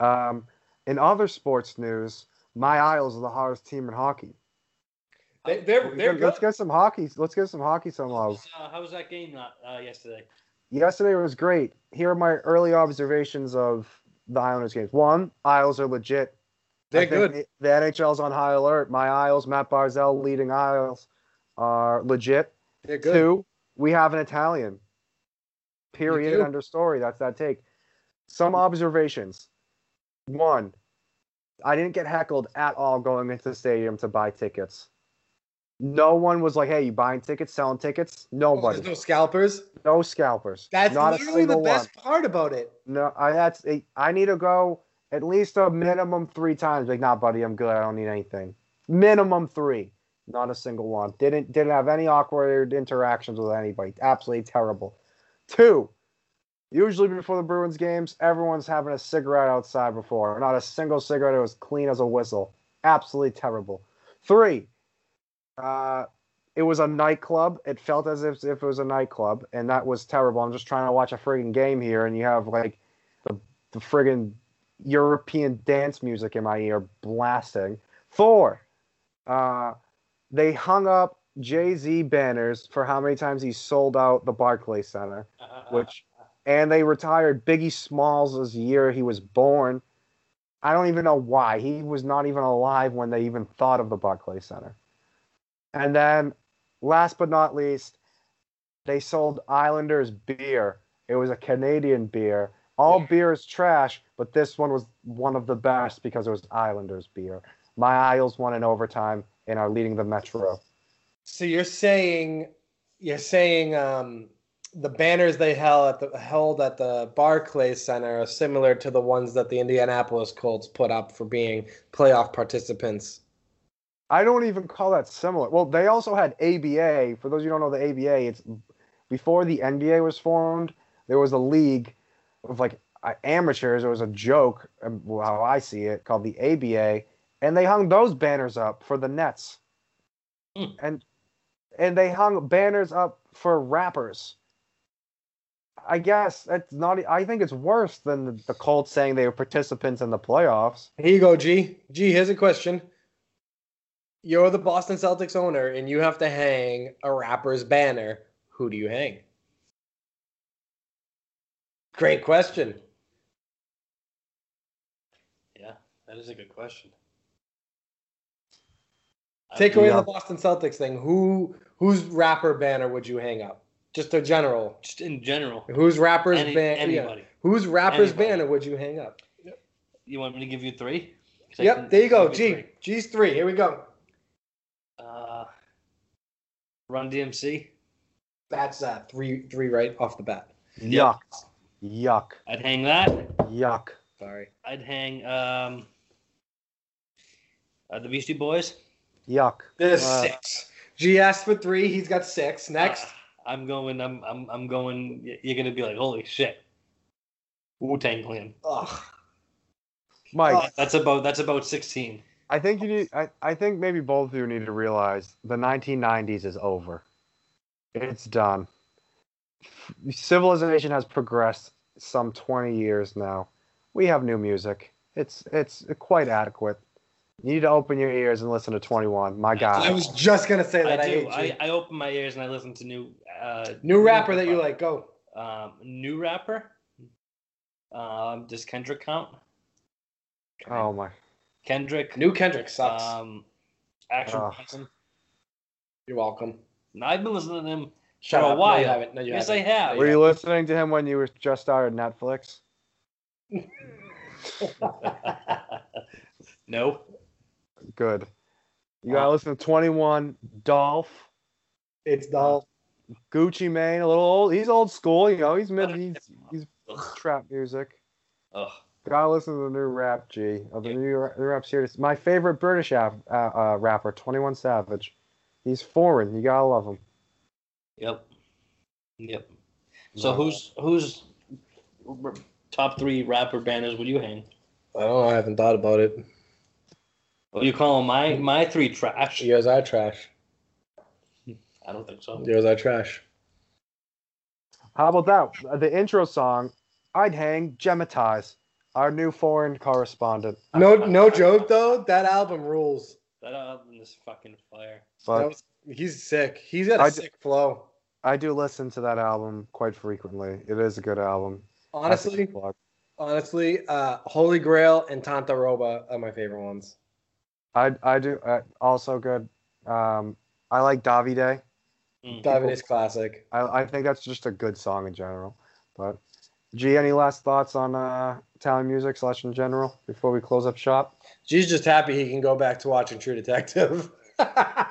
Um, in other sports news, my Isles are the hottest team in hockey.
they, they're they're good.
let's get some hockey. Let's get some hockey. Some love.
Uh, how was that game not, uh, yesterday?
Yesterday was great. Here are my early observations of the Islanders games. One, Isles are legit.
They're
I
good.
think The, the NHL's on high alert. My Isles, Matt Barzell leading Isles, are legit.
They're good.
Two, we have an Italian. Period.
do.
Under story. That's that take. Some observations. One, I didn't get heckled at all going into the stadium to buy tickets. No one was like, "Hey, you buying tickets, selling tickets?"
There's
Nobody.
no scalpers.
No scalpers.
That's
not a
literally the
single
best part about it.
One. No, I that's I need to go at least a minimum three times. Like, nah, buddy, I'm good. I don't need anything. Minimum three. Not a single one. Didn't didn't have any awkward interactions with anybody. Absolutely terrible. Two. Usually before the Bruins games, everyone's having a cigarette outside before. Not a single cigarette. It was clean as a whistle. Absolutely terrible. Three. Uh, it was a nightclub. It felt as if, if it was a nightclub, and that was terrible. I'm just trying to watch a friggin' game here, and you have like the, the friggin' European dance music in my ear blasting. Four, uh, they hung up Jay Z banners for how many times he sold out the Barclay Center, which, and they retired Biggie Smalls' this year he was born. I don't even know why. He was not even alive when they even thought of the Barclay Center. And then, last but not least, they sold Islanders beer. It was a Canadian beer. All beer is trash, but this one was one of the best because it was Islanders beer. My Isles won in overtime and are leading the Metro.
So you're saying you're saying um, the banners they held at the held at the Barclays Center are similar to the ones that the Indianapolis Colts put up for being playoff participants.
I don't even call that similar. Well, they also had ABA. For those of you who don't know the ABA, it's before the NBA was formed, there was a league of like uh, amateurs. It was a joke, um, how I see it, called the ABA, and they hung those banners up for the Nets,
Hmm.
and and they hung banners up for rappers. I guess that's not. I think it's worse than the, the Colts saying they were participants in the playoffs.
Here you go, G. G, here's a question. You're the Boston Celtics owner and you have to hang a rapper's banner. Who do you hang? Great question.
yeah, that is a good question.
Take away
Yeah.
the Boston Celtics thing. Who whose rapper banner would you hang up? Just a general.
Just in general,
Whose rapper's
any,
ban- yeah.
anybody.
Whose rapper's
Anybody.
banner would you hang up?
You want me to give you three? 'Cause I can-
Yep, there you go.
give you
G.
three.
G's three. Here we go.
Uh, Run DMC.
That's uh, three, three right off the bat.
Yuck. Yuck.
I'd hang that.
Yuck.
Sorry.
I'd hang um, uh, the Beastie Boys.
Yuck.
There's
Wow.
six. Uh, G asked for three. He's got six. Next.
Uh, I'm going. I'm. I'm. I'm going. y- You're gonna be like, holy shit. Wu Tang Clan.
Ugh.
Mike,
Oh.
That's about. That's about 16.
I think you need. I, I think maybe both of you need to realize the 1990s is over. It's done. Civilization has progressed some 20 years now. We have new music. It's it's quite adequate. You need to open your ears and listen to 21. My
I
God,
was just gonna say that. I,
I do.
hate you.
I, I open my ears and I listen to new. Uh,
New rapper that you like. Go.
Um, new rapper. Um, does Kendrick count?
oh my.
Kendrick.
New Kendrick sucks.
Um, Action
Ugh.
Bronson.
You're welcome.
No, I've been listening to him.
Shut up.
For a
No, you
while.
haven't. No, you
yes,
haven't.
I have.
Were you listening to him when you were just started Netflix?
no.
Good. You
Uh,
gotta listen to 21. Dolph.
It's dull.
Gucci Mane, a little old. He's old school, you know. He's mid. He's, he's trap music.
Ugh.
Gotta listen to the new rap G of the new ra- new rap series. My favorite British app, uh, uh, rapper, Twenty One Savage. He's foreign. You gotta love him.
Yep. Yep. So who's who's r- top three rapper banners would you hang?
I don't know. I haven't thought about it.
Well, you call 'em my my three trash?
Yours are trash.
I don't think so.
Yours are trash.
How about that? uh, The intro song. I'd hang Gematize, our new foreign correspondent.
No, no joke though. That album rules.
That album is fucking fire.
That
But
was- he's sick. He's got a
I d-
sick flow.
I do listen to that album quite frequently. It is a good album. That's a
Honestly,
good plug.
honestly, uh, Holy Grail and Tanta Roba are my favorite ones.
I I do uh, also good. Um, I like Davide.
Mm.
David is classic.
I, I think that's just a good song in general. But G, any last thoughts on uh, Italian music slash in general before we close up shop?
G's just happy he can go back to watching True Detective.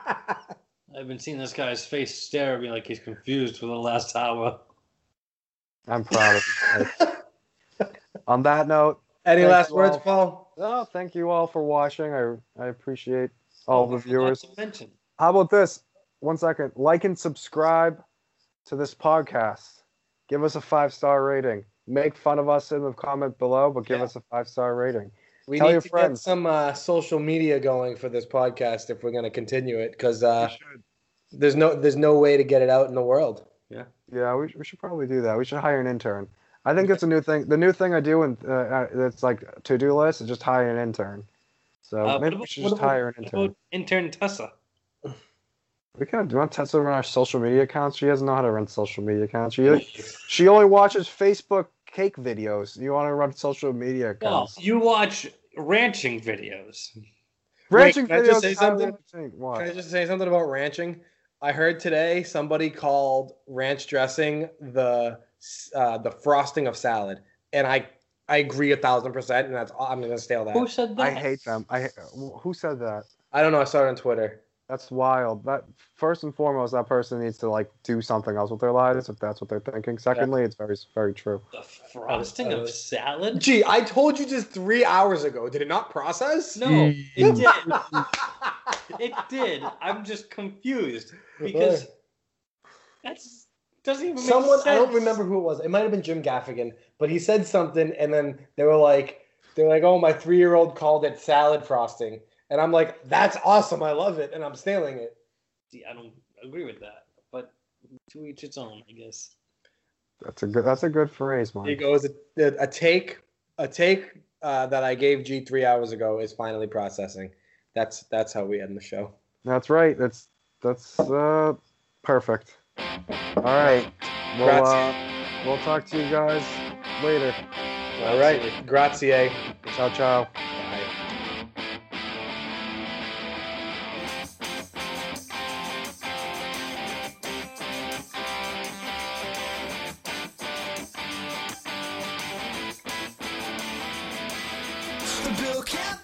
I've been seeing this guy's face stare at me like he's confused for the last hour.
I'm proud of you. on that note,
Any
Thank
last
you
words,
all.
Paul?
oh, thank you all for watching. I I appreciate all the
Not
viewers.
to mention.
How about this? One second, like and subscribe to this podcast. Give us a five star rating. Make fun of us in the comment below, but give
Yeah.
us a five star rating.
We
Tell
need
your
to
friends.
get some uh, social media going for this podcast if we're going to continue it, because uh, there's no there's no way to get it out in the world.
Yeah, we, we should probably do that. We should hire an intern. I think that's a new thing. The new thing I do, and uh, uh, that's like to do list, is just hire an intern. So
Uh,
maybe
what
we should
about-
just
what about-
hire an
what
intern.
about intern Tessa.
we kind of do you want Tessa to run our social media accounts. She doesn't know how to run social media accounts. She she only watches Facebook cake videos. You want to run social media
Well,
accounts?
you watch ranching videos.
Ranching
Wait, can I just say
videos. highly
something?
entertaining.
Can I
What?
just say something about ranching? I heard today somebody called ranch dressing the uh, the frosting of salad, and I I agree a thousand percent, and that's I'm gonna steal that.
Who said that?
I hate them. I who said that?
I don't know. I saw it on Twitter.
That's wild. That first and foremost, that person needs to like do something else with their lives if that's what they're thinking. Secondly, it's very very true.
The frosting of salad?
Gee, I told you just three hours ago. Did it not process?
No, it
Mm.
did. It did. I'm just confused
Uh-huh.
because that's doesn't even make
Someone
sense.
I don't remember who it was. It might have been Jim Gaffigan, but he said something, and then they were like, "They're like, oh, my three year old called it salad frosting," and I'm like, "That's awesome! I love it!" and I'm stealing it.
See, I don't agree with that, but to each its own, I guess.
That's a good. That's a good phrase,
Here
Mike.
goes a, a take. A take uh, that I gave G three hours ago is finally processing. That's that's how we end the show.
That's right. That's that's uh, perfect. All right. We'll
Grazie.
uh, we'll talk to you guys later.
All right, grazie.
Ciao, ciao.
Bye.
Bill Cam